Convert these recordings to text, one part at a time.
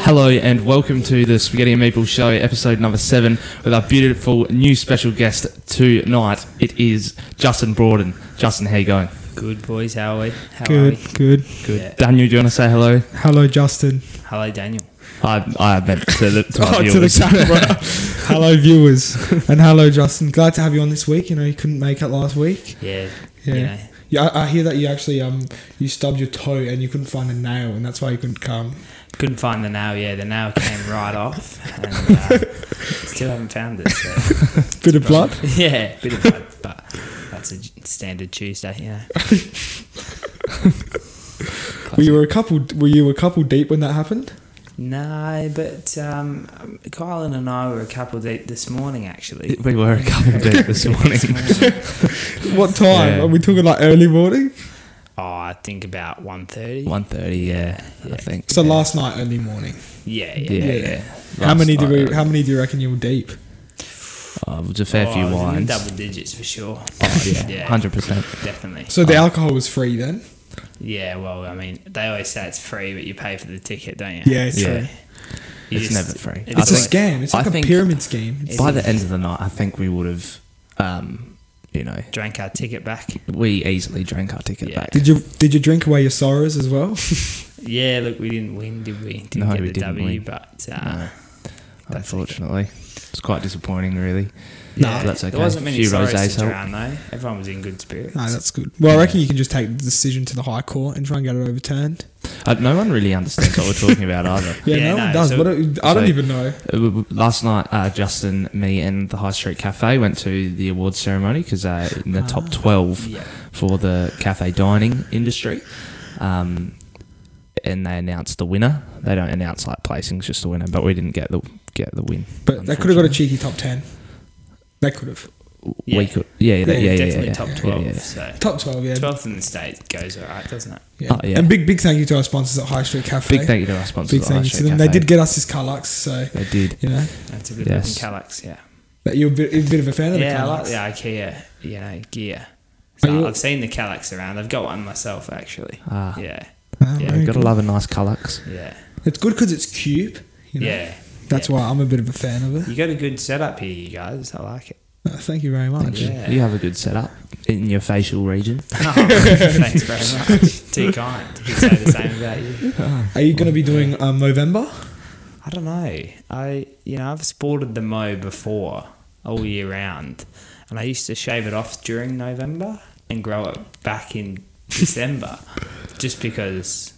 Hello and welcome to the Spaghetti and Meeple Show, episode number seven, with our beautiful new special guest tonight. It is Justin Broaden. Justin, how you going? Good boys, how are we? How Good, Are good. we? Good. Daniel, do you want to say hello? Hello, Justin. Hello, Daniel. I, I meant to the, to our Oh, to the viewers. camera. hello, viewers, and hello, Justin. Glad to have you on this week. You know, you couldn't make it last week. Yeah. Yeah. You know, Yeah, I, I hear that you actually um you stubbed your toe and you couldn't find a nail, and that's why you couldn't come. couldn't find the nail. Yeah, the nail came right off, and uh, still haven't found it. So. Bit of blood. yeah, bit of blood, but that's a standard Tuesday. You know. Were you a couple? Were you a couple deep when that happened? No, but um, Kylan and I were a couple deep this morning, actually. We were a couple deep this morning. What time? Yeah. Are we talking like early morning? Oh, I think about 1.30. 1.30, yeah, I think. So last night, early morning. Yeah, yeah. Yeah, yeah. yeah. how many do we? How many do you reckon you were deep? Oh, just a fair Oh, few it was in wines. Double digits for sure. Oh, yeah, hundred percent. Definitely. Um, So the alcohol was free then. Yeah, well, I mean, they always say it's free, but you pay for the ticket, don't you? Yeah, it's Yeah. true. You It's just- never free. it's I It's a think- always- scam. It's I like a think- pyramid scheme. It's- By the end of the night, I think we would have, um, you know, Drank our ticket back. we easily drank our ticket Yeah. back. Did you did you drink away your sorrows as well? Yeah, look, we didn't win, did we? Didn't No, get we the didn't W, win. but uh, No, that's unfortunately. It's quite disappointing, really. No, yeah, but that's okay. There wasn't many Few sorrows rosés to help. drown, though. Everyone was in good spirits. No, that's good. Well, I reckon you can just take the decision to the High Court and try and get it overturned. Uh, no one really understands what we're talking about either. Yeah, Yeah, no, no, one does. so- what do- I don't so- even know. Uh, w- w- Last night, uh, Justin, me, and the High Street Cafe went to the awards ceremony because uh, in the Ah. top 12 yeah. for the cafe dining industry. Um, and they announced the winner. They don't announce like placings, just the winner. But we didn't get the get the win. But they could have got a cheeky top 10. They could have. We Yeah. could, yeah, yeah, yeah, yeah, definitely yeah, top yeah, 12. yeah. So Top 12, yeah. 12th in the States goes all right, doesn't it? Yeah. Oh, yeah. And big, big thank you to our sponsors at High Street Cafe. Big thank you to our sponsors. Big the thank High you to Street them. They Cafe. did get us this Callux, so, They did. you know, That's a good Yes. looking Calax, yeah. that you're a bit, a bit of a fan of Yeah, I the Callux. like the IKEA, you know, gear. Are So you- I've seen the Calax around. I've got one myself, actually. Ah, Yeah, Oh, Yeah, very You've got to good. love a nice Callux. yeah, It's good because it's cube. You know? yeah. That's yeah. why I'm a bit of a fan of it. You got a good setup here, you guys. I like it. Uh, thank you very much. you. Yeah. You have a good setup in your facial region. Oh, thanks very much. Too kind. You could say the same about you. Are you going to be doing um, November? I don't know. I you know I've sported the mo before all year round, and I used to shave it off during November and grow it back in December, just because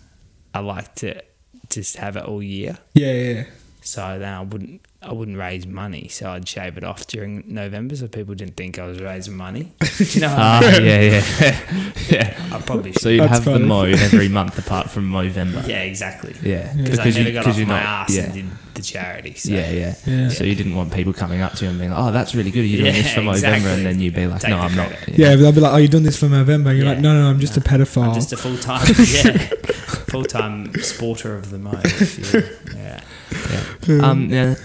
I like to just have it all year. Yeah, yeah. yeah. So then I wouldn't I wouldn't raise money, so I'd shave it off during November, so people didn't think I was raising money. Do you know, what I, Ah, mean? yeah, yeah, yeah. I probably So should. you That's have the funny. mo every month apart from Movember. yeah, exactly. Yeah, because I never got off my you're ass yeah. and did the charity. So. yeah, yeah, Yeah. So you didn't want people coming up to you and being like, "Oh, that's really good. Are you doing Yeah, this for Movember?" exactly. And then you'd be like, Take "No, the I'm not." credit. Yeah, but they'll be like, "Oh, you're doing this for November." You're Yeah. like, "No, no, I'm just a pedophile." I'm just a full time, yeah, full time sporter of the mode. if you- Yeah, Yeah. Um, yeah.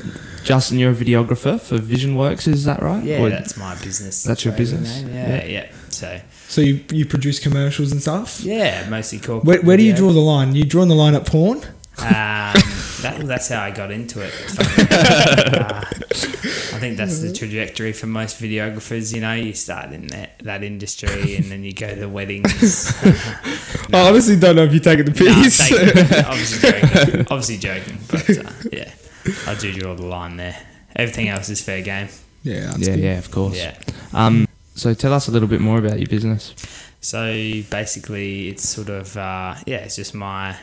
Justin, you're a videographer for Vision Works, is that right? yeah, Or- that's my business. That's your trading business? name, Yeah, yeah, So so you, you produce commercials and stuff. yeah, mostly corporate. Where, where do you video. draw the line? You drawing the line at porn? Um, that, that's how I got into it. Uh, I think that's the trajectory for most videographers. You know, you start in that, that industry and then you go to weddings. I honestly don't know if you're taking the No, I'm piece. taking- obviously joking. Obviously joking. But uh, yeah, I do draw the line there. Everything else is fair game. yeah, that's yeah, good. yeah, of course. Yeah. Um, so tell us a little bit more about your business. So basically, it's sort of uh, yeah, it's just my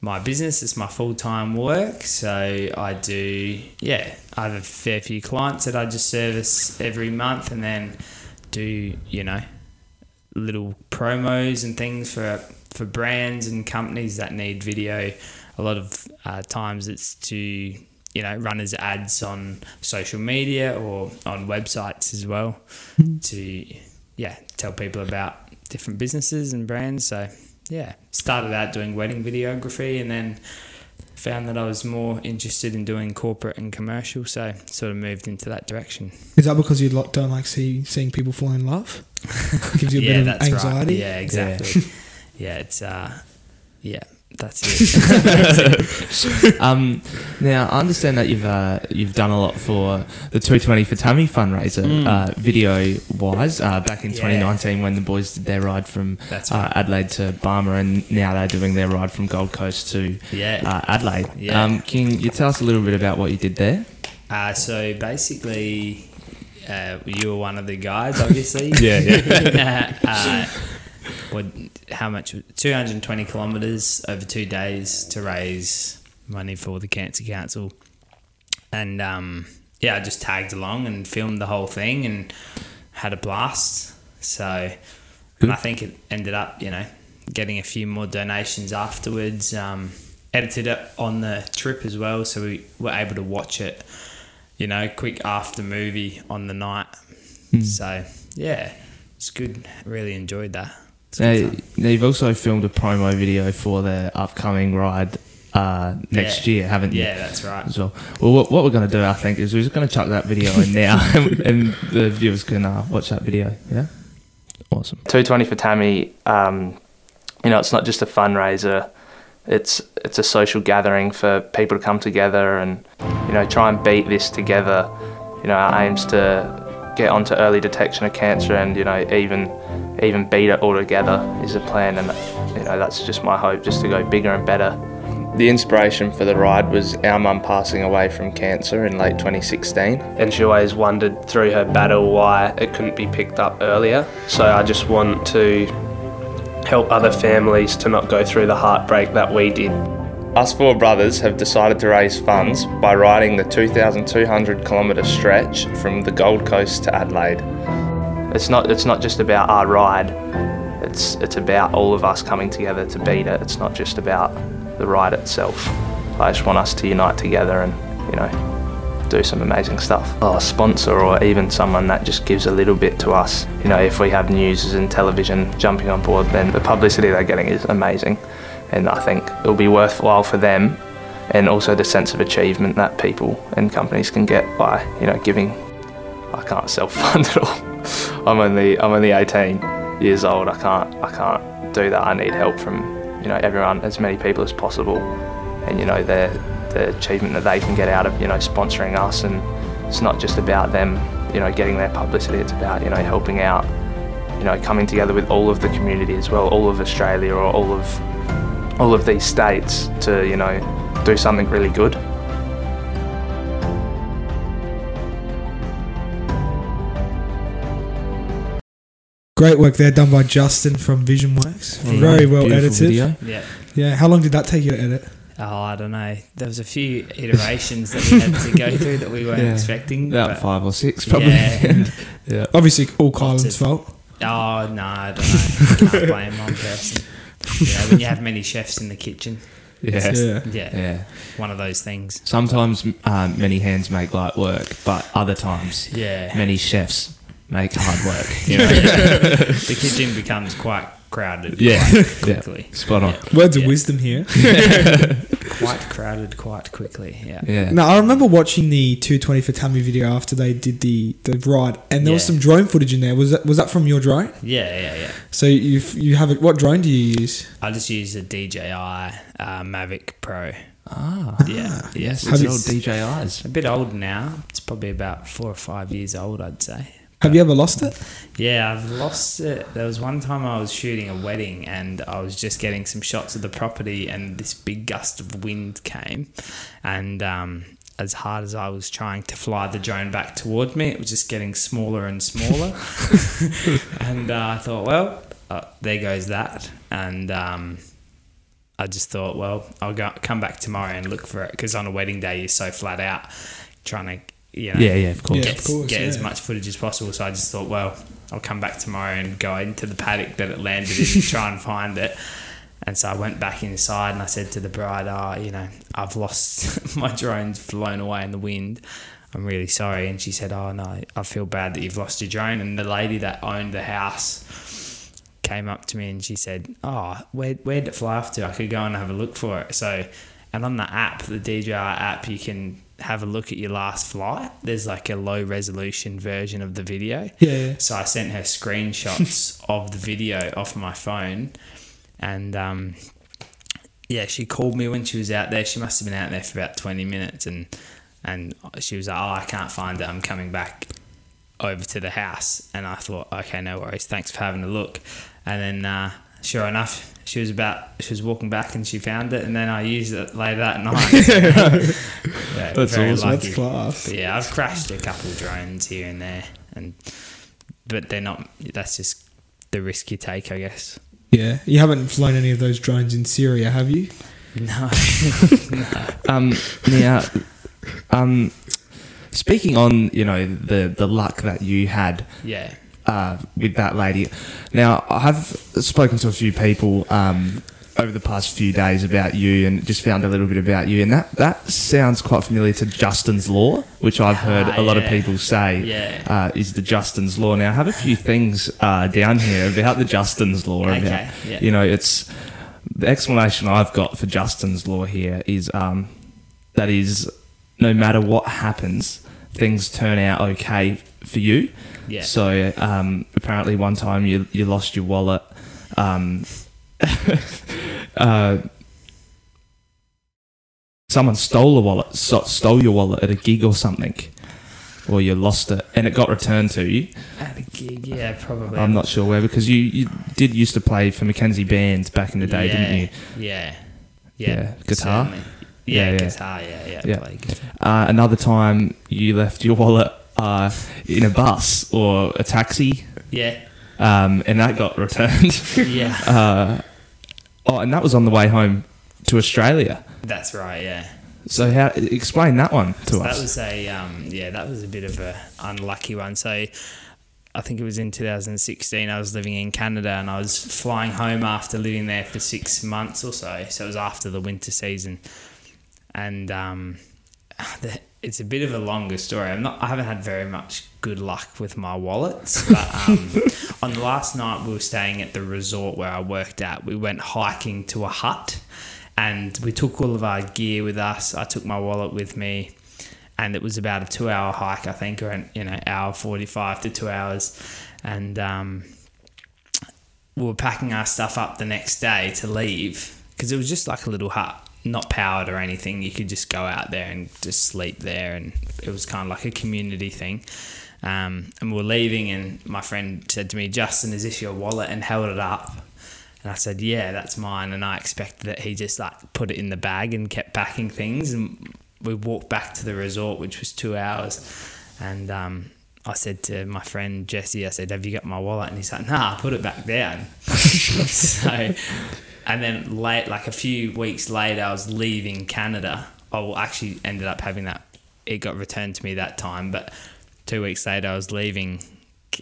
my business. It's my full time work. So I do yeah, I have a fair few clients that I just service every month, and then do you know little promos and things for for brands and companies that need video. A lot of uh, times it's to you know run as ads on social media or on websites as well to yeah tell people about different businesses and brands. So yeah, started out doing wedding videography and then found that I was more interested in doing corporate and commercial. So sort of moved into that direction. Is that because you lo- don't like see, seeing people fall in love? Gives you a bit of anxiety. Right. Yeah, exactly. yeah, it's uh, yeah, That's it. Um, now I understand that you've uh, you've done a lot for the 220 for Tummy fundraiser, Mm. uh, video wise. Uh, back in Yeah. 2019, when the boys did their ride from That's uh, right. Adelaide to Barmer, and now they're doing their ride from Gold Coast to yeah. uh, Adelaide. Yeah. Um, can you tell us a little bit about what you did there? Uh, so basically, uh, you were one of the guys, obviously. Yeah, yeah. uh, what, how much? 220 kilometres over two days to raise money for the Cancer Council. And um, yeah, I just tagged along and filmed the whole thing and had a blast. So, Good. and I think it ended up, you know, getting a few more donations afterwards. Um, edited it on the trip as well, so we were able to watch it, you know, quick after movie on the night. Hmm. So yeah, it's good. Really enjoyed that. It's Now, good fun. now you've also filmed a promo video for their upcoming ride uh, next Yeah. year, haven't you? Yeah, that's right. as well. Well, what, what we're going to do, I think, is we're just going to chuck that video in now, and, and the viewers can uh, watch that video. Yeah, awesome. 220 for Tammy, um, you know, it's not just a fundraiser. It's it's a social gathering for people to come together and you know try and beat this together. You know, our aims to get onto early detection of cancer and you know even even beat it all together is the plan. And you know that's just my hope, just to go bigger and better. The inspiration for the ride was our mum passing away from cancer in late 2016. And she always wondered through her battle why it couldn't be picked up earlier. So I just want to help other families to not go through the heartbreak that we did. Us four brothers have decided to raise funds by riding the 2,200 kilometre stretch from the Gold Coast to Adelaide. It's not, it's not just about our ride, it's, it's about all of us coming together to beat it. It's not just about the ride itself. I just want us to unite together and, you know, do some amazing stuff. Oh, a sponsor or even someone that just gives a little bit to us. You know, if we have news and television jumping on board, then the publicity they're getting is amazing. And I think it'll be worthwhile for them and also the sense of achievement that people and companies can get by, you know, giving. I can't self-fund at all. I'm only I'm only 18 years old. I can't I can't do that. I need help from you know everyone, as many people as possible, and you know the the achievement that they can get out of you know sponsoring us, and it's not just about them you know getting their publicity. It's about you know helping out, you know coming together with all of the community as well, all of Australia or all of all of these states to you know do something really good. Great work there done by Justin from Vision Works. Very well Beautiful edited. video. yeah. Yeah, how long did that take you to edit? Oh, I don't know. There was a few iterations that we had to go through that we weren't Yeah. expecting. About but- five or six, probably. Yeah. Obviously, all Lots Kylan's of- fault. Oh no, I don't know. Can't blame one person. You know, when you have many chefs in the kitchen, yeah. yeah. Yeah. yeah, one of those things. Sometimes um, many hands make light work, but other times Yeah, many chefs make hard work. You know? the kitchen becomes quite crowded. Yeah. quite Yeah. quickly. Spot on. Words Yeah. of wisdom here. Quite crowded, quite quickly. Yeah. Yeah. Now I remember watching the 220 for Tammy video after they did the the ride, and there was Yeah. some drone footage in there. Was that was that from your drone? Yeah, yeah, yeah. So you f- you have it. What drone do you use? I just use a DJI uh, Mavic Pro. Ah. Yeah, Yes, Have it's you- old DJIs. a bit old now. It's probably about four or five years old, I'd say. Have you ever lost it? Yeah, I've lost it. There was one time I was shooting a wedding and I was just getting some shots of the property, and this big gust of wind came. And um, as hard as I was trying to fly the drone back toward me, it was just getting smaller and smaller. and uh, I thought, well, uh, there goes that. And um, I just thought, well, I'll go, come back tomorrow and look for it because on a wedding day, you're so flat out trying to, you know Yeah, yeah, of course. Yeah. get, course, get as yeah. much footage as possible. So I just thought, well, I'll come back tomorrow and go into the paddock that it landed in and try and find it. And so I went back inside and I said to the bride, "Ah, you know, I've lost my drone's flown away in the wind. I'm really sorry." And she said, "Oh no, I feel bad that you've lost your drone." And the lady that owned the house came up to me and she said, "Oh, where where'd it fly off to? I could go and have a look for it." So, and on the app, the DJI app, you can have a look at your last flight. There's like a low resolution version of the video. Yeah, yeah. So I sent her screenshots of the video off my phone, and um, yeah, she called me when she was out there. She must have been out there for about twenty minutes, and and she was like, "Oh, I can't find her. I'm coming back over to the house." And I thought, "Okay, no worries. Thanks for having a look." And then, uh, sure enough, she was about she was walking back, and she found it. And then I used it later that night. Yeah, That's very awesome. That's lucky. class. But yeah, I've crashed a couple drones here and there, and but they're not. That's just the risk you take, I guess. Yeah, you haven't flown any of those drones in Syria, have you? No, Um, now, um, speaking on you know the the luck that you had yeah, uh, with that lady. Now, I have spoken to a few people um, over the past few days about you and just found a little bit about you, and that, that sounds quite familiar to Justin's Law, which I've heard Ah, a lot of yeah. people say Yeah. uh, is the Justin's Law. Now, I have a few things uh, down here about the Justin's Law. Okay, About, yeah. You know, it's the explanation I've got for Justin's Law here is um, that is no matter what happens, things turn out okay for you. yeah. So um, apparently, one time you you lost your wallet. Um, uh, someone stole a wallet, so, stole your wallet at a gig or something, or you lost it and it got returned to you. At a gig, yeah, probably. I'm not sure where because you, you did used to play for Mackenzie bands back in the day, yeah, didn't you? Yeah, yeah, Yeah, guitar? certainly. Yeah, Yeah, yeah. guitar. Yeah, yeah, Yeah. play guitar. Uh, another time you left your wallet uh, in a bus or a taxi, yeah, um, and that got returned. yeah. Uh, oh, and that was on the way home to Australia. That's right. Yeah. So how explain that one to So us? That was a um, yeah, that was a bit of a unlucky one. So I think it was in 2016. I was living in Canada and I was flying home after living there for six months or so. So it was after the winter season, and um, the- it's a bit of a longer story. I'm not. I haven't had very much good luck with my wallets, but um, on the last night we were staying at the resort where I worked at. We went hiking to a hut. And we took all of our gear with us. I took my wallet with me and it was about a two hour hike, I think, or an you know hour forty five to two hours, and um, we were packing our stuff up the next day to leave because it was just like a little hut, not powered or anything. You could just go out there and just sleep there, and it was kind of like a community thing. Um, and we were leaving, and my friend said to me, "Justin, is this your wallet?" and held it up. And I said, "Yeah, that's mine." And I expected that he just like put it in the bag and kept packing things. And we walked back to the resort, which was two hours. And um, I said to my friend Jesse, "I said, have you got my wallet?" And he's like, "Nah, I put it back down." so, and then late, like a few weeks later, I was leaving Canada. I well, actually ended up having that. It got returned to me that time, but two weeks later, I was leaving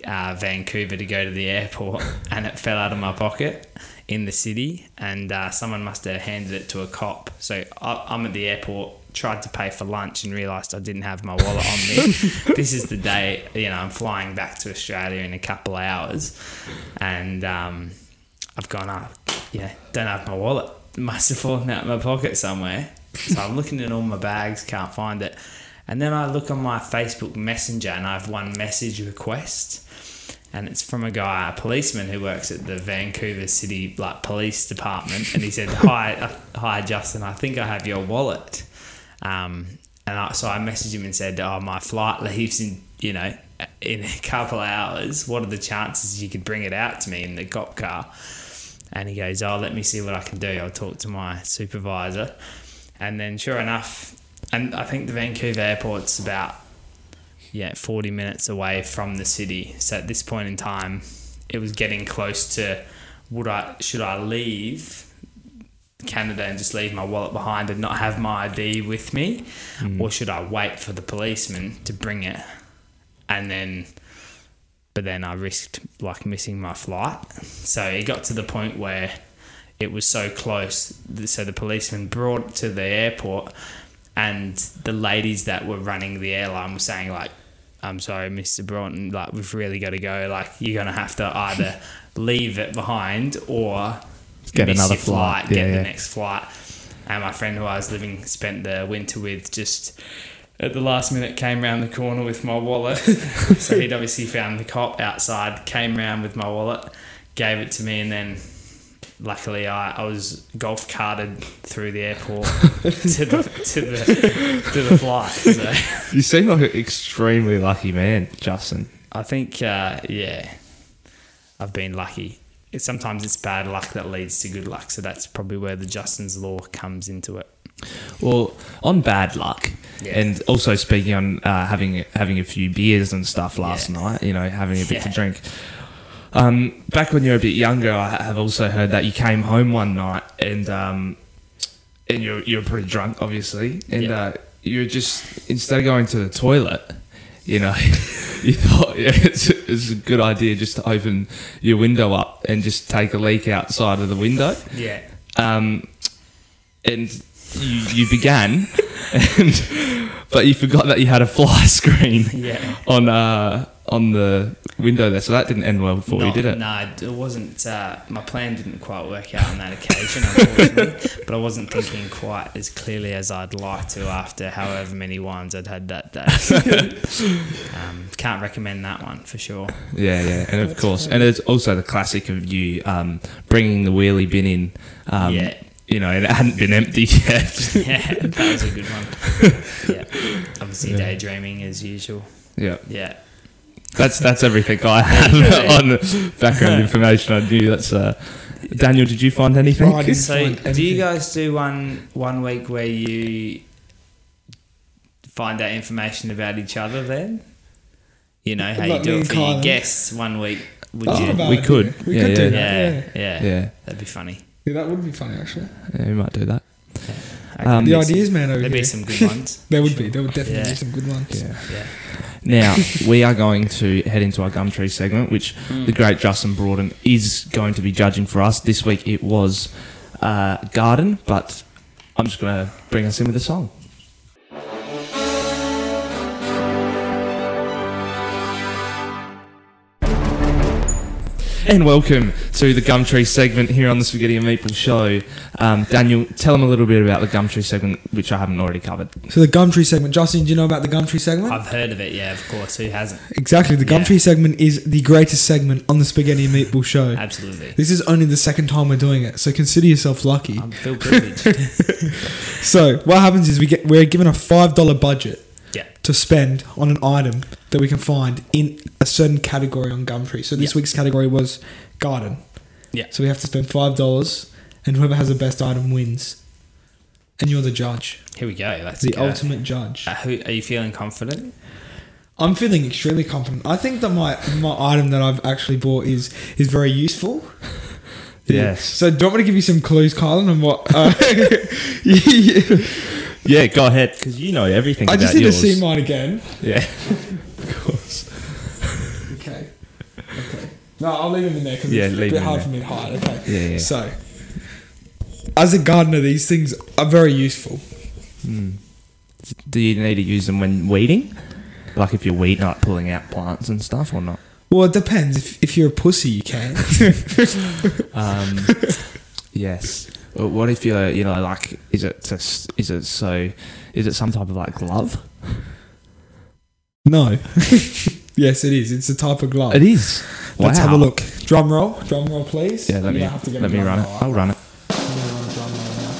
uh, Vancouver to go to the airport, and it fell out of my pocket in the city, and uh, someone must have handed it to a cop. So I, I'm at the airport, tried to pay for lunch, and realised I didn't have my wallet on me. this is the day, you know, I'm flying back to Australia in a couple of hours, and um, I've gone up, you know, don't have my wallet. It must have fallen out of my pocket somewhere. So I'm looking in all my bags, can't find it. And then I look on my Facebook Messenger and I have one message request. And it's from a guy, a policeman who works at the Vancouver City like police department, and he said, "Hi, uh, hi, Justin. I think I have your wallet." Um, and I, so I messaged him and said, "Oh, my flight leaves in you know in a couple hours. What are the chances you could bring it out to me in the cop car?" And he goes, "Oh, let me see what I can do. I'll talk to my supervisor." And then, sure enough, and I think the Vancouver airport's about yeah, 40 minutes away from the city. So at this point in time, it was getting close to would I should I leave Canada and just leave my wallet behind and not have my ID with me Hmm. or should I wait for the policeman to bring it and then but then I risked like missing my flight. So it got to the point where it was so close. So the policeman brought it to the airport, and the ladies that were running the airline were saying like, "I'm sorry, Mr. Broughton, like we've really got to go. Like you're gonna have to either leave it behind or Get miss another your flight. get Yeah, the yeah. next flight." And my friend who I was living spent the winter with just at the last minute came round the corner with my wallet. so he'd obviously found the cop outside, came round with my wallet, gave it to me, and then luckily I, I was golf carted through the airport to the to the to the flight. So You seem like an extremely lucky man, Justin. I think uh, yeah, I've been lucky. It's- Sometimes it's bad luck that leads to good luck, so that's probably where the Justin's law comes into it. Well, on bad luck, Yeah. and also speaking on uh, having having a few beers and stuff last Yeah. night. You know, having a bit to Yeah. drink. Um, back when you were a bit younger, I ha- have also heard that you came home one night and um, and you're you're pretty drunk, obviously, and Yeah. uh, you're just instead of going to the toilet. You know, you thought yeah, it's, it's a good idea just to open your window up and just take a leak outside of the window Yeah, um, and you, you began, and, but you forgot that you had a fly screen Yeah. on uh, on the window there, so that didn't end well for you, Not- did it? No, it wasn't. Uh, my plan didn't quite work out on that occasion, unfortunately. but I wasn't thinking quite as clearly as I'd like to after however many wines I'd had that day. um, can't recommend that one for sure. Yeah, yeah, and of course, and it's also the classic of you um, bringing the wheelie bin in. Um, Yeah. You know, and it hadn't been empty yet. Yeah, that was a good one. Yeah, obviously daydreaming as usual. yeah, Yeah, that's that's everything I have on the background information. I knew that's. Uh, Daniel, did you find anything? Oh, I didn't So, find do you anything. guys do one one week where you find out information about each other? Then you know how Like you me do it and for your Kylan. guests. One week, would Thought you? about we it, could. yeah. We Yeah, could do yeah. Yeah that. yeah, Yeah. Yeah. That'd be funny. Yeah, that would be funny actually. Yeah, we might do that. Okay. Um, the There'd be ideas man some- over There'd here. be some good ones. there would be. There would definitely Yeah. be some good ones. Yeah. Yeah. Now we are going to head into our Gumtree segment, which Hmm. the great Justin Broaden is going to be judging for us this week. It was uh, Garden, but I'm just going to bring us in with a song. And welcome to the Gumtree segment here on the Spaghetti and Meeple Show. Um, Daniel, tell them a little bit about the Gumtree segment, which I haven't already covered. So the Gumtree segment, Justin, do you know about the Gumtree segment? I've heard of it. Yeah, of course. Who hasn't? exactly. The Uh, Yeah. Gumtree segment is the greatest segment on the Spaghetti and Meatball Show. Uh, Absolutely. This is only the second time we're doing it, so consider yourself lucky. I feel privileged. So what happens is we get we're given a five dollar budget yeah. to spend on an item that we can find in a certain category on Gumtree. So this Yeah. week's category was garden. Yeah. So we have to spend five dollars, and whoever has the best item wins. And you're the judge, Here we go. That's the ultimate judge. Uh, who, are you feeling confident? I'm feeling extremely confident. I think that my my item that I've actually bought is is very useful. Yes. So do you want me to give you some clues, Kylan, on what? Uh, yeah. Yeah, go ahead, because you know everything I about just need yours. to see mine again. Yeah. of course. Okay. Okay. No, I'll leave them in there because Yeah, it's a leave bit them hard there. for me to hide. Okay. Yeah, yeah. So, as a gardener, these things are very useful. Do you need to use them when weeding? Like if you're weeding, like pulling out plants and stuff or not? Well, it depends. If, if you're a pussy, you can. Um, yes. Well, what if you're, you know, like, is it, to, s- is it so, is it some type of like glove? no. yes, it is. It's a type of glove. It is. Let's wow. have a look. Drum roll. Drum roll, please. Yeah, let me, You don't have to get let a me drum run it. roll. I'll run it. I'm gonna run a drum roll now.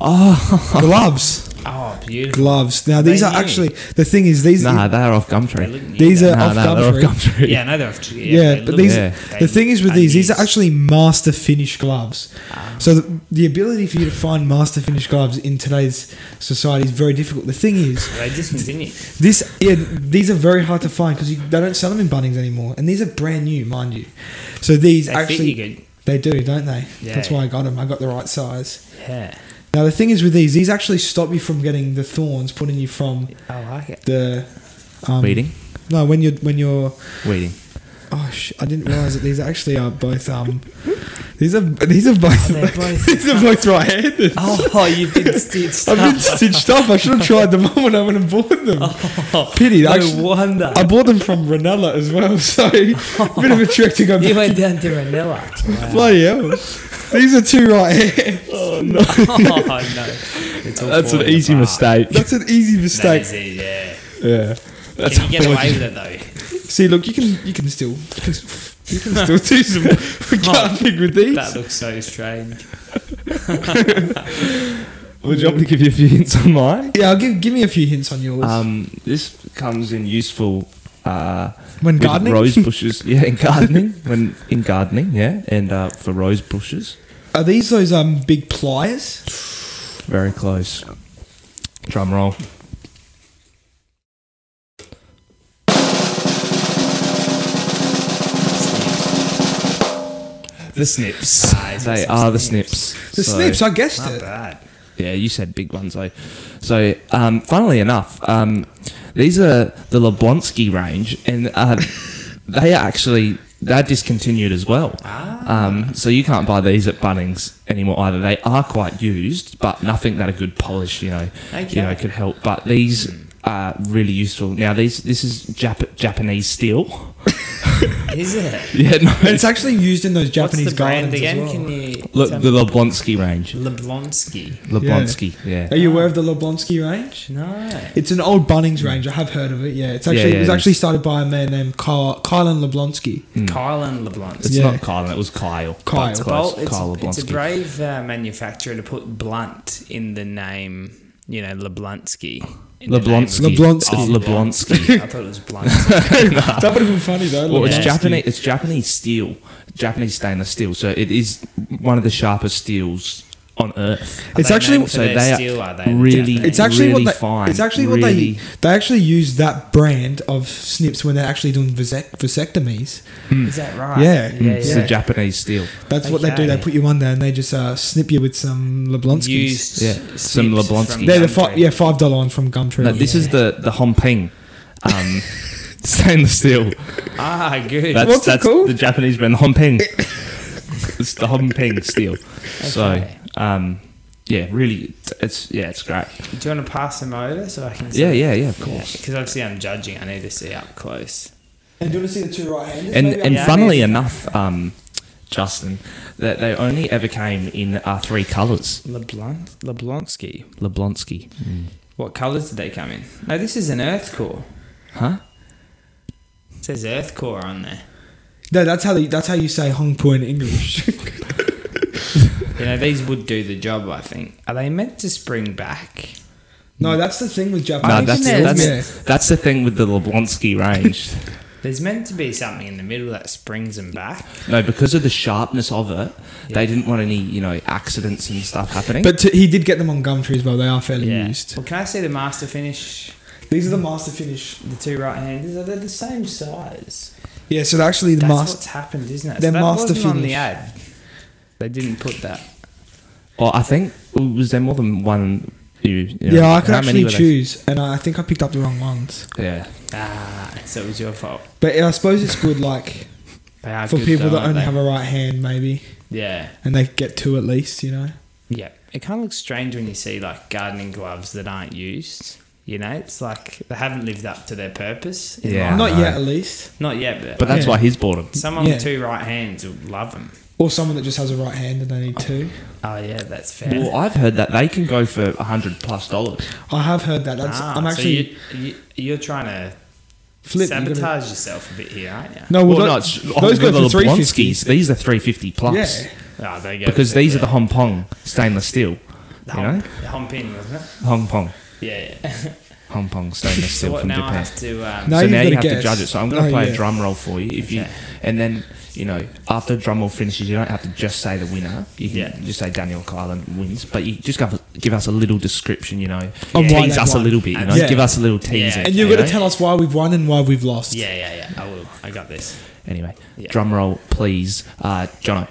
Oh, Gloves. Oh, beautiful. Gloves. Now, these They are knew. actually. The thing is, these. nah, they're off They Gumtree. look neat, These don't are Nah, off nah, they're off Gumtree. Gumtree. they? Yeah, no, they're off. Yeah, they but look- these. Yeah. they- The thing is with they these, these use- are actually master finished gloves. Ah. So the, the ability for you to find master finished gloves in today's society is very difficult. The thing is, They discontinued. this yeah, these are very hard to find because they don't sell them in Bunnings anymore, and these are brand new, mind you. So these They fit actually you good. they do, don't they? Yeah. That's why I got them. I got the right size. Yeah. Now the thing is with these, these actually stop you from getting the thorns putting you from I like it. the um, Weeding? No, when you're when you're Weeding. Oh, sh- I didn't realize that these actually are both. Um, these are these are both. They're both- these are both right-handed. Oh, you've been stitched I've been stitched up. I should have tried them on when I went and bought them. Pity. Oh, No actually, wonder. I bought them from Ranella as well, so a bit of a trick to go you back. went down to Manila. Bloody hell! These are two right hands. oh, no. It's all That's an falling easy apart. mistake. That's an easy That mistake. is it, yeah. Yeah. Can you get away with it, though? See, look, you can you can still you can, you can still do some Oh, gardening with these. That looks so strange. Would you want me to give you a few hints on mine? Yeah, I'll give give me a few hints on yours. Um, this comes in useful uh, when with gardening, rose bushes. Yeah, in gardening. when in gardening, yeah, and uh, for rose bushes, are these those um big pliers? very close. Drum roll. The snips. Ah, is it They some are the snips. The So- snips, I guessed Not it. bad. Uh, Yeah, you said big ones though. So, um, funnily enough, um, these are the Leblonsky range, and uh, they are actually they're discontinued as well. Um, so you can't buy these at Bunnings anymore either. They are quite used, but nothing that a good polish, you know, Okay. you know, could help. But these are really useful. Now, these this is Jap- Japanese steel. Is it? yeah, no, And it's actually used in those What's Japanese the brand gardens as again? well. Can you look tell the me? Leblonsky range. Leblonsky? Leblonsky, yeah. Are you aware of the Leblonsky range? No. It's an old Bunnings range. I have heard of it. Yeah, it's actually yeah, it was it actually is. started by a man named Kyle, Kylan Leblonsky. Kylan Leblonsky. It's Yeah. not Kyle. It was Kyle. but Kyle. it's Well, close. it's, Kyle it's a Leblonsky. brave uh, manufacturer to put blunt in the name, you know, Leblansky. in the name of- Leblonsky. Leblonsky. Oh, Leblonsky. I thought it was blunt. That would have been funny though. Well, Yeah. it's Japanese. It's Japanese steel, Japanese stainless steel. So it is one of the sharpest steels on earth. It's they actually known for so their they are steel, are they, the really, Japanese? it's actually really what they, fine. It's actually what really, they they actually use that brand of snips when they're actually doing vasect- vasectomies. Is that right? Yeah. yeah, hmm, It's yeah. the Japanese steel. That's what they do. They Okay. put you under and they just uh, snip you with some Leblonskis. Used Yeah, snips some from Leblonsky. They're the Gumtree. fi- yeah five dollar one from Gumtree. No, this is the the Honping, um, stainless steel. Ah, good. That's, What's it that's called? The Japanese brand Honping. it's the Honping steel. So, Okay. um, yeah, really, it's yeah, it's great. Do you want to pass them over so I can? Yeah, yeah, yeah, of course. Because obviously I'm judging. I need to see up close. And do you want to see the two right handers? and and Yeah. funnily enough, um, Justin, that they only ever came in uh, three colours. Leblanc Leblonsky. Leblonsky, What colours did they come in? No, this is an Earth core. huh? It says Earth core on there. no, that's how they, that's how you say Hong Po in English. You know, these would do the job, I think. Are they meant to spring back? no, that's the thing with No, Japanese. that's they're that's, Oh, yeah. that's the thing with the Leblonsky range. There's meant to be something in the middle that springs them back. no, because of the sharpness of it, they didn't want any you know accidents and stuff happening. But to, he did get them on Gumtree as well. They are fairly Yeah. used. Well, can I see the master finish? These are the master finish. The two right handers are they the same size? Yeah, so they're actually the That's master. what's happened, isn't it? They're that master wasn't on the finish. ad. They didn't put that. well, I think was there more than one? You, you know, Yeah, I could how many actually were they? choose, and I think I picked up the wrong ones. Yeah, Ah, so it was your fault. But I suppose it's good, like They are for good people though, that aren't only they? have a right hand, maybe, yeah, and they get two at least. You know. yeah. It kind of looks strange when you see like gardening gloves that aren't used. You know, it's like they haven't lived up to their purpose. in Yeah. life. Not no. yet, at least. not yet, but, but that's Yeah. why he's bought them. someone Yeah. with two right hands will love them. Or someone that just has a right hand and they need two. Oh yeah, that's fair. Well, I've heard that they can go for a hundred plus dollars. I have heard that. That's, ah, I'm actually so you, you, you're trying to flip. you gotta- sabotage yourself a bit here, aren't you? No, Oh, well, well, that- not those go for the three fifty. Leblonskys. These are three fifty plus. Yeah. Ah, there you go. because these are the Yeah. Hong Pong stainless steel. you the hump, know, the hump in, wasn't it? Hong Pong, Yeah. yeah. Hong Pong stainless so steel what from now? I Japan. have to. Um, No. so you've now gotta you have to guess. judge it. So I'm going to Oh, play yeah. a drum roll for you. If you Okay. and then you know after the drum roll finishes, you don't have to just say the winner. You can Yeah. just say Daniel Kylan wins, but you just give, give us a little description. You know, Of why tease they us won. a little bit. You know, Yeah. give us a little teaser. Yeah. And you've got you to know? tell us why we've won and why we've lost. yeah, yeah, yeah. I will. I got this. Anyway, Yeah. drum roll, please, uh, Jono.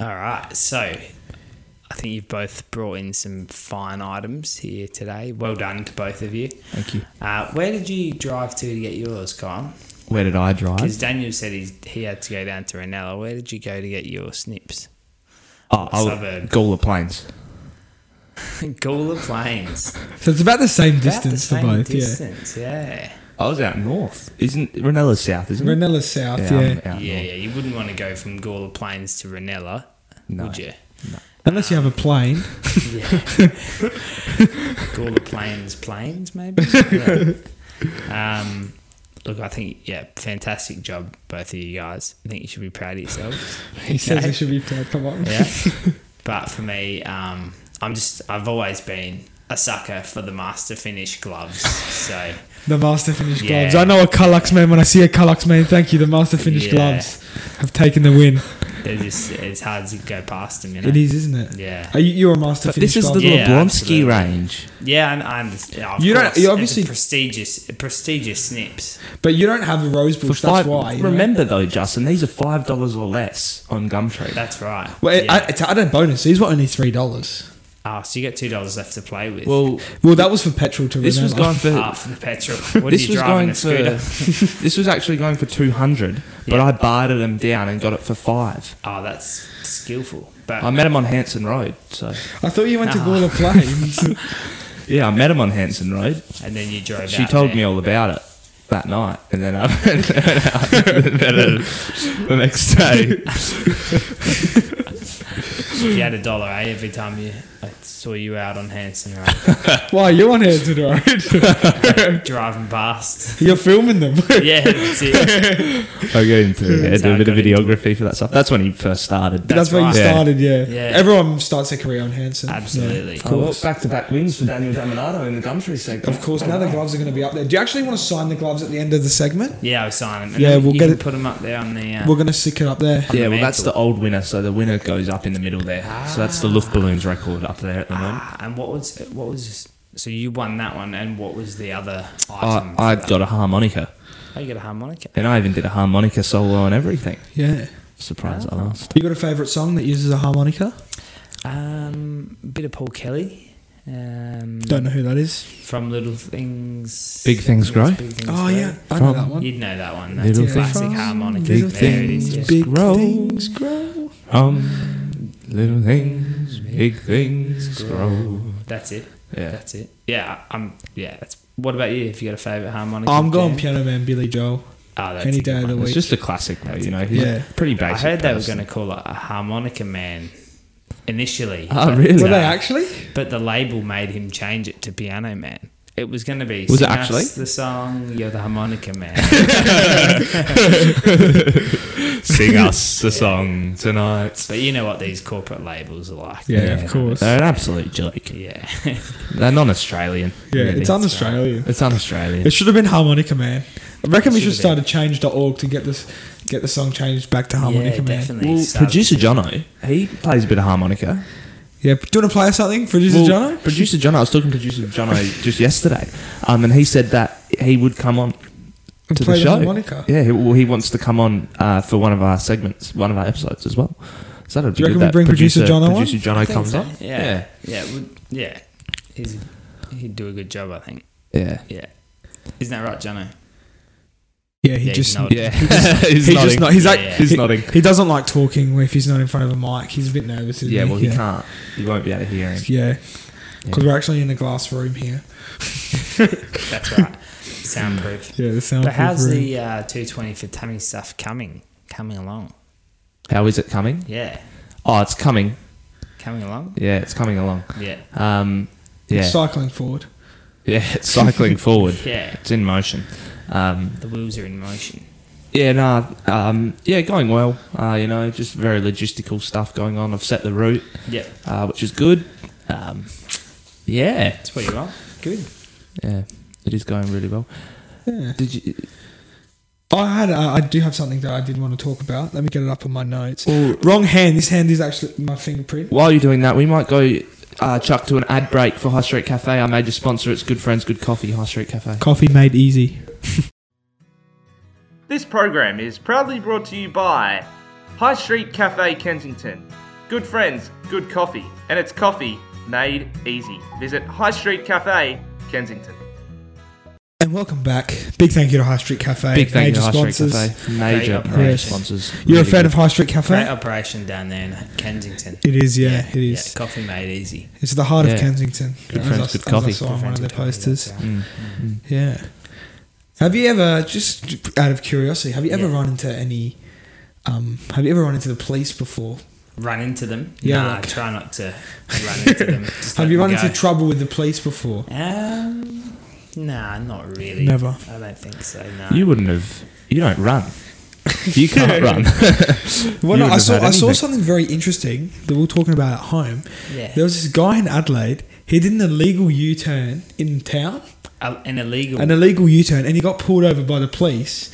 All right. So, I think you've both brought in some fine items here today. Well done to both of you. Thank you. Uh, where did you drive to to get yours, Kyle? Where did I drive? Because Daniel said he's, he had to go down to Ranella. Where did you go to get your snips? Oh, I suburb? was Gawler Plains. Gawler Plains. So it's about the same About the distance same for both. Distance, yeah. I was out north. Isn't Ranella's south? Yeah. Isn't it? Ranella's south. I'm Yeah. out Yeah, north. yeah. You wouldn't want to go from Gawler Plains to Ranella, No. would you? Unless you have a plane. Yeah. Call the planes planes, maybe. um, look, I think yeah, fantastic job, both of you guys. I think you should be proud of yourselves. He says Yeah. it should be proud. Come on. Yeah. but for me, um, I'm just I've always been a sucker for the master finish gloves. So The master finish Yeah. gloves. I know a Callux man. When I see a Callux man, thank you. The master finish Yeah. gloves have taken the win. they're just it's hard to go past them. You know? It is, isn't it? Yeah. Are you, you're a master But finish this is the glove. Yeah, Leblonsky absolutely. range. Yeah, I'm. I'm yeah, of You don't- course, you it's a obviously- prestigious prestigious snips. but you don't have a rose bush. For that's five- why. you know? remember though, Justin, these are five dollars or less on Gumtree. That's right. Well, it- yeah. I, it's an added bonus. These were only three dollars. oh, so you get two dollars left to play with. well, Well, that was for petrol to this was Renault. going for half the petrol. Ah, What this are you was driving going for a scooter? this was actually going for two hundred, but Yeah. I bartered them down and got it for five. Oh, that's skillful. But I met him on Hanson Road, so I thought you went to Ah. Gawler Plains. yeah, I met him on Hanson Road. and then you drove. She out told there. me all about it that night, and then I went out the next day. you had a dollar eh, every time you I saw you out on Hanson right? why you on here today? driving past. You're filming them. Yeah, that's it. I go into yeah, That's do how a bit I of got into videography for that stuff. That's when he first started. That's, where right. you Yeah. started, yeah. Yeah. Everyone starts their career on Hanson. Absolutely. Yeah, of course. back to back wins for Daniel Daminato in the Gumtree segment. Of course. Now the gloves are going to be up there. Do you actually want to sign the gloves at the end of the segment? Yeah, I was signing them. And Yeah, then we'll you get can it- Put them up there on the. Uh, We're going to stick it up there. Yeah, well, that's the old winner, so the winner goes up in the middle there. So that's the Luft Balloons record up there at the moment. ah, and what was what was so you won that one, and what was the other I, item? I for that? got a harmonica, Oh, you got a harmonica. and I even did a harmonica solo and everything. Yeah. Surprise, I lost. You got a favourite song that uses a harmonica? Um, bit of Paul Kelly. Um, Don't know who that is. From Little Things. Big Things Grow? Big Things Grow. Oh, yeah. I know From- that one. You'd know that one. That's Little a classic things, harmonica. little there it is. things. yeah. Big Grow. things grow. Um, little things, big things grow. That's it. Yeah. That's it. Yeah. I'm. Yeah. That's. What about you? If you got a favorite harmonica? Oh, I'm going jam? Piano Man Billy Joel. Oh, that's any a good day of the one. week. It's just a classic, though, you know. He's Yeah. yeah. Pretty I basic. heard they were person. going to call it a harmonica man initially. Oh, but, really? Were uh, they actually? but the label made him change it to piano man. It was going to be. Was it "Sing us actually? the song? You're the harmonica man. sing us the song tonight. but you know what these corporate labels are like. Yeah, of course. They're an absolute joke. Yeah. They're non-Australian. Yeah, really. it's on Australian. It's un-Australian. It should have been harmonica man. I reckon we should Should've start a change.org to get this get the song changed back to harmonica yeah, man. definitely. well, Start- producer Jono, he plays a bit of harmonica. Yeah, do you want to play us something, producer Well, Jono? Producer Jono. I was talking to producer Jono just yesterday, um, and he said that he would come on And to play the the show. harmonica. Yeah, he, well, he wants to come on uh, for one of our segments, one of our episodes as well. So that'd Do you be good. reckon we that bring producer Jono on? Producer Jono think comes so. up. Yeah. Yeah. Yeah. would- yeah. He's, he'd do a good job, I think. yeah, Yeah. Isn't that right, Jono? Yeah, he Yeah, just he's not- yeah. he's he nodding. just not, he's like Yeah. He's he, nodding. he doesn't like talking if he's not in front of a mic. He's a bit nervous. Isn't Yeah, he? well, he can't. He won't be able to hear him. Yeah, because Yeah. we're actually in a glass room here. That's right. Soundproof. Yeah, the sound. But how's the uh, 220 for tummy stuff coming? Coming along. How is it coming? Yeah. Oh, it's coming. Coming along. Yeah, it's coming along. Yeah. Um, yeah, cycling forward? yeah, it's cycling forward. Yeah. It's in motion. Um, The wheels are in motion. yeah, nah, um, yeah, going well. Uh, you know, just very logistical stuff going on. I've set the route, Yep. uh, which is good. Um, yeah, That's where you are. Good. yeah, it is going really well. Yeah. Did you? I had. Uh, I do have something that I did want to talk about. Let me get it up on my notes. Wrong hand. This hand is actually my fingerprint. While you're doing that, we might go uh, chuck to an ad break for High Street Cafe, our major sponsor. It's Good Friends, Good Coffee, High Street Cafe. Coffee made easy. This program is proudly brought to you by High Street Cafe Kensington. Good friends, good coffee, and it's coffee made easy. Visit High Street Cafe Kensington. And welcome back. Big thank you to High Street Cafe. Big thank you Major to High Street sponsors. Cafe. Major, Great major operation. sponsors. You're Really a fan good. of High Street Cafe. Great operation down there in Kensington. It is. Yeah, it is. Yeah, coffee made easy. It's the heart Yeah. of Kensington. Good as friends, I, good as I coffee. saw Good on one of their Friends with coffee, that's posters. right. Yeah. Have you ever, just out of curiosity, have you ever Yeah. run into any? Um, have you ever run into the police before? run into them. Yeah, nah, like- try not to run into them. Just Have let you them run into go. trouble with the police before? Um, nah, not really. Never. I don't think so. No. You wouldn't have. You don't run. You can't run. Well, You no, I wouldn't saw have I had saw anything. something very interesting that we were talking about at home. Yeah. There was this guy in Adelaide. He did an illegal U-turn in town, A- Uh, an illegal. an illegal U-turn, and he got pulled over by the police.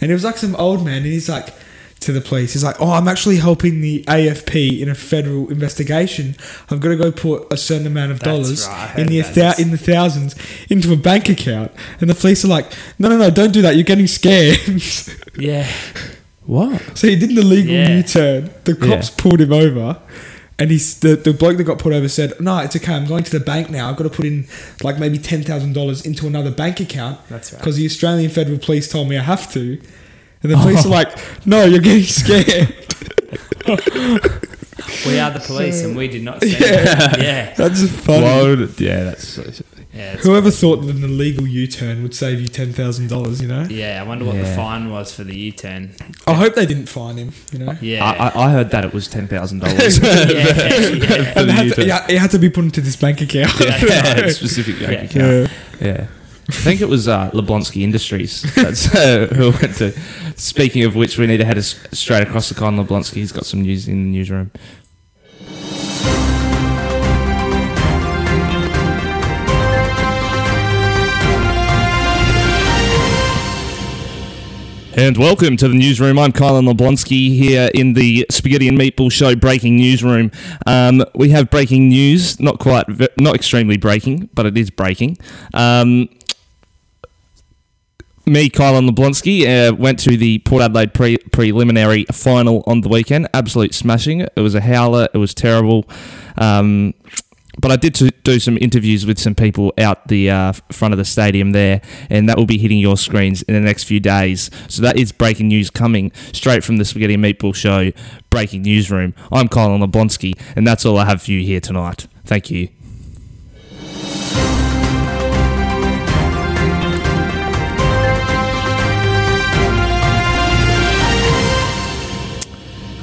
And it was like some old man, and he's like to the police, he's like, "Oh, I'm actually helping the AFP in a federal investigation. I've got to go put a certain amount of That's dollars right, I heard in the about thou- this. in the thousands into a bank account." And the police are like, "No, no, no, don't do that. You're getting scammed." yeah. what? So he did an illegal Yeah. U-turn. The cops pulled him over, and he's the, the bloke that got pulled over said, "No, it's okay. I'm going to the bank now. I've got to put in like maybe ten thousand dollars into another bank account. That's right. Because the Australian Federal Police told me I have to." And the police are like, "No, you're getting scared." We are the police, and we did not. Send yeah. Yeah. That's funny. Well, yeah, that's. so- Yeah. it's- Whoever thought that an illegal U-turn would save you ten thousand dollars? You know. yeah. I wonder what the Yeah. fine was for the U-turn. I hope they didn't fine him. You know. Yeah. I, I, I heard that it was ten thousand dollars. yeah, yeah, And it had, to, U-turn. yeah, it had to be put into this bank account. specific Yeah. bank account. Yeah. I think it was uh, Leblonsky Industries. That's uh, who I went to. Speaking of which, we need to head us straight across the con. Leblonsky, he's got some news in the newsroom. And welcome to the newsroom. I'm Kylan Leblonsky here in the Spaghetti and Meatball Show breaking newsroom. Um, we have breaking news, not quite, ve- not extremely breaking, but it is breaking. Um, me, Kylan Leblonsky, uh, went to the Port Adelaide pre- preliminary final on the weekend. Absolute smashing. It was a howler. It was terrible. Um, but I did to do some interviews with some people out the uh, f- front of the stadium there, and that will be hitting your screens in the next few days. So that is breaking news coming straight from the Spaghetti and Meatball Show breaking newsroom. I'm Colin Leblonsky, and that's all I have for you here tonight. Thank you.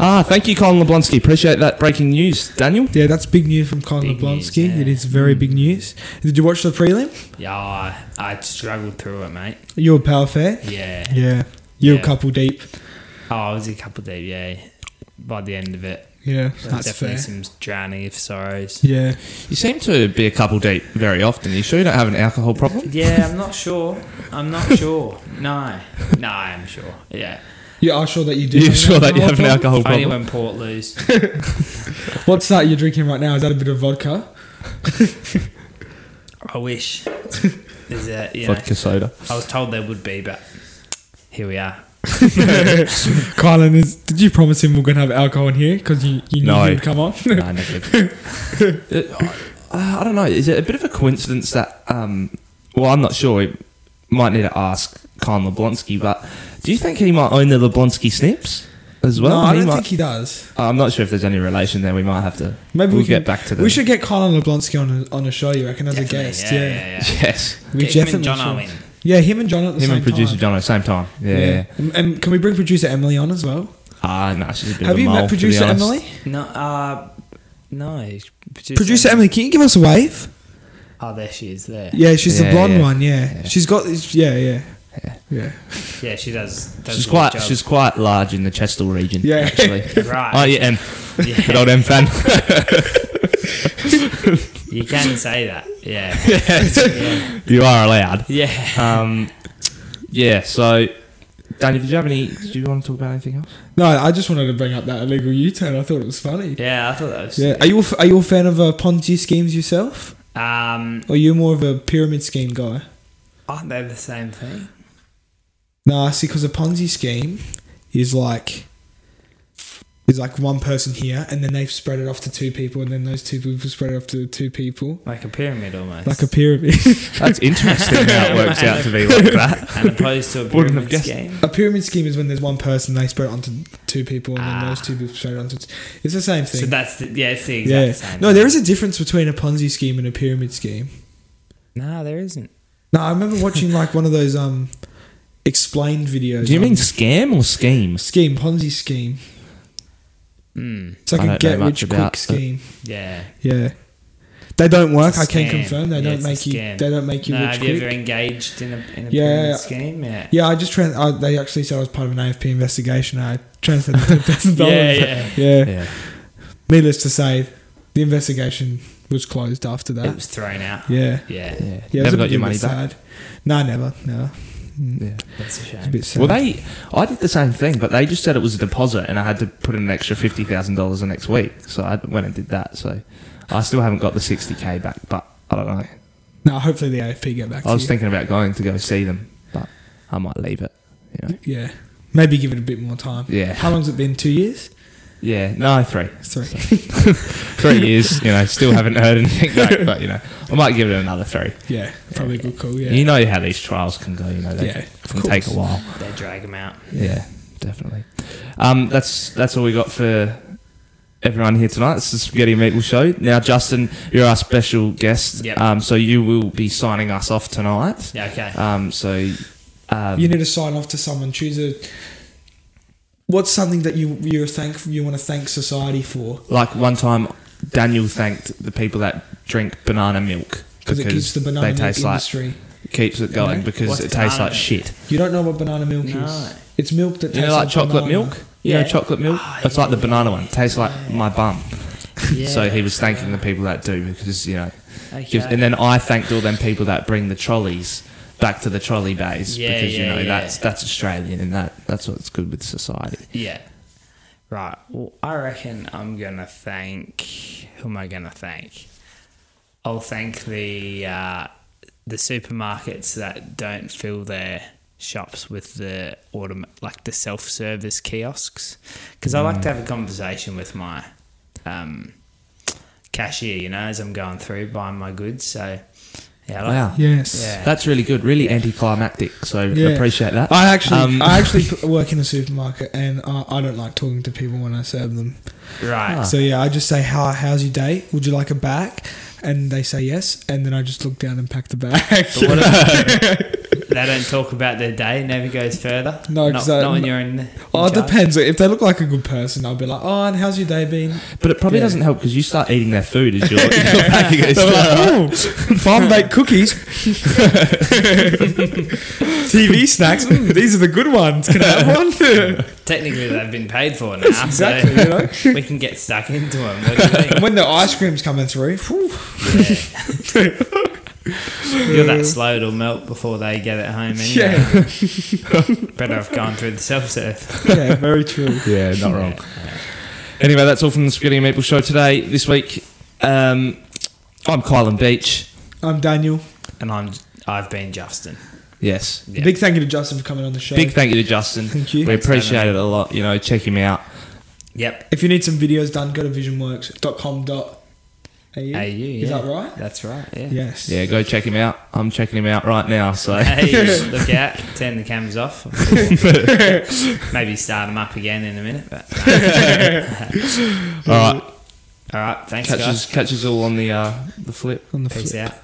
Ah, thank you, Colin Leblonsky. Appreciate that breaking news, Daniel. Yeah, that's big news from Colin Big news, Leblonsky. yeah. Hmm. It is very big news. Did you watch the prelim? Yeah, I- I struggled through it, mate. You were power fair. Yeah. Yeah, you're Yeah. a couple deep. Oh, I was a couple deep. Yeah. By the end of it, Yeah, there was that's definitely fair. some drowning of sorrows. Yeah, You seem to be a couple deep very often. You sure you don't have an alcohol problem? Yeah, I'm not sure. I'm not sure. No, no, I'm sure. Yeah, you are sure that you do. You have an sure that you have an problem? alcohol only problem? when Port lose. What's that you're drinking right now? Is that a bit of vodka? I wish. Is that you know, Vodka soda. I was told there would be, but here we are. Kylan is. Did you promise him we're gonna have alcohol in here? Because you, you knew No. he would come on. No, negative. It- Uh, I I don't know. Is it a bit of a coincidence that? Um, well, I'm not sure. We might need to ask Khan Leblonsky, but do you think he might own the Leblonsky Snips as well? no, I He don't might- think he does. I'm not sure if there's any relation there. We might have to. Maybe we'll we can, get back to that. We should get Kylan Leblonsky on a, on a show. You reckon as Definitely, a guest? Yeah, Yes, we Get him and definitely John should. Owen. Yeah, him and John at the him same and producer time. John at the same time. Yeah. And, and can we bring producer Emily on as well? Ah, no, she's a bit of Have a you mole, met to be producer honest. Emily? No, uh, no. Producer, Producer Emily, can you give us a wave? Oh, there she is. There. Yeah, Yeah, she's Yeah, the blonde yeah. one. Yeah. she's got. Yeah, yeah, yeah, she does. does She's a good quite. job. She's quite large in the Chestal region. Yeah. Actually. right. Oh yeah, M. Yeah. Good old M fan. You can say that. Yeah. you are allowed. yeah. Um, yeah. So, Daniel, did you have any? Do you want to talk about anything else? No, I just wanted to bring up that illegal U-turn. I thought it was funny. Yeah. Yeah. I thought that was. Are you a f- are you a fan of uh, Ponzi schemes yourself, Um, or are you more of a pyramid scheme guy? aren't they the same thing? No, I see. Because a Ponzi scheme is like is like one person here, and then they've spread it off to two people, and then those two people spread it off to two people, Like a pyramid almost. like a pyramid. That's interesting how it works out to be like that. and opposed to a Wouldn't have pyramid guessed. scheme. a pyramid scheme is when there's one person, they spread it onto two people, and Ah. then those two people spread it onto. T- it's the same thing. So that's the, yeah, it's the exact yeah. same. No, there is a difference between a Ponzi scheme and a pyramid scheme. No, there isn't. No, I remember watching like one of those um explained videos. Do you on mean scam or schemes? scheme Ponzi scheme? Mm. It's like I a don't know get much rich about quick it. scheme. Yeah. Yeah. They don't work. It's a I can scam. confirm. They Yeah, don't it's a make you. scam. They don't make you No, rich have you quick. ever engaged in a, in a Yeah. pyramid scheme? Yeah. yeah, I just trans. I, they actually said I was part of an AFP investigation. I transferred the ten thousand dollars. Yeah, yeah. yeah. Yeah. Needless to say, the investigation was closed after that. It was thrown out. yeah. Yeah. yeah. Yeah, it was Never a got your bit money back. sad. No, never, never. Mm, Yeah. That's a It's a shame. bit sad. Well, they, I did the same thing, but they just said it was a deposit, and I had to put in an extra fifty thousand dollars the next week. So I went and did that. So I still haven't got the sixty k back, but I don't know. no, hopefully the AFP get back. I was to you. thinking about going to go see them, but I might leave it. You know? yeah, maybe give it a bit more time. Yeah. How long's it been? Two years? Yeah, no, three, Sorry. three years. You know, still haven't heard anything back, but you know, I might give it another three. yeah, probably a good call. Yeah. You know how these trials can go. You know, they Yeah, of can take a course. while. They drag them out. Yeah, definitely. Um, that's that's all we got for everyone here tonight. It's the Spaghetti and Meatball Show. Now, Justin, you're our special guest, Yep. um, so you will be signing us off tonight. Yeah. Okay. Um, so, um, you need to sign off to someone. Choose a. What's something that you you're thankful you want to thank society for like one time, Daniel thanked the people that drink banana milk because it keeps the banana they milk taste industry. like keeps it going Yeah. because What's it tastes banana like milk? shit. you don't know what banana milk No. is. It's milk that You tastes know, like chocolate banana. milk. You know, Yeah. chocolate milk. Ah, That's like the banana one. Tastes like my bum. Yeah. So he was thanking the people that do because you know. Okay. Gives, and then I thanked all them people that bring the trolleys back to the trolley bays Yeah, because you yeah, know yeah. that's that's Australian and that that's what's good with society. Yeah. Right. Well, I reckon I'm gonna thank. Who am I gonna thank? I'll thank the uh, the supermarkets that don't fill their shops with the autom- like the self service kiosks, because I like to have a conversation with my um, cashier, you know, as I'm going through buying my goods. So yeah, I like- Wow, Yes. yeah, that's really good. Really anticlimactic. So Yeah. appreciate that. I actually, Um, I actually p- work in a supermarket, and I, I don't like talking to people when I serve them. right. Ah. So yeah, I just say, "How how's your day? Would you like a bag?" And they say yes, and then I just look down and pack the bag. But what if- they don't talk about their day. Never goes further. No, not, 'cause I- not when you're in. in oh, it charge. depends. If they look like a good person, I'll be like, "Oh, and how's your day been?" but it probably yeah. doesn't help because you start eating their food as you're, you're packing it. They were like, "Oh, farm baked cookies, TV snacks. Mm, these are the good ones. Can I have one?" Technically, they've been paid for now, exactly. so You know. we can get stuck into them. What do you think? And when the ice cream's coming through, whew, You're that slow it'll melt before they get it home. Anyway. yeah, Better have gone through the self serve. yeah, very true. yeah, not wrong. Anyway, that's all from the Spaghetti and Maple Show today. This week, um, I'm Kylan Beach. I'm Daniel. And I'm I've been Justin. Yes. Yeah. Big thank you to Justin for coming on the show. Big thank you to Justin. Thank you. We appreciate it a lot. You know, check him out. Yep. If you need some videos done, go to visionworks.com.au. Hey you. Yeah. Is that right? That's right. Yeah. Yes. Yeah, go check him out. I'm checking him out right now. So. Hey, look out! Turn the cameras off. Maybe start them up again in a minute. But uh, All right. all right, thanks Catches guys. catches all on the uh, the flip. On the Peace out.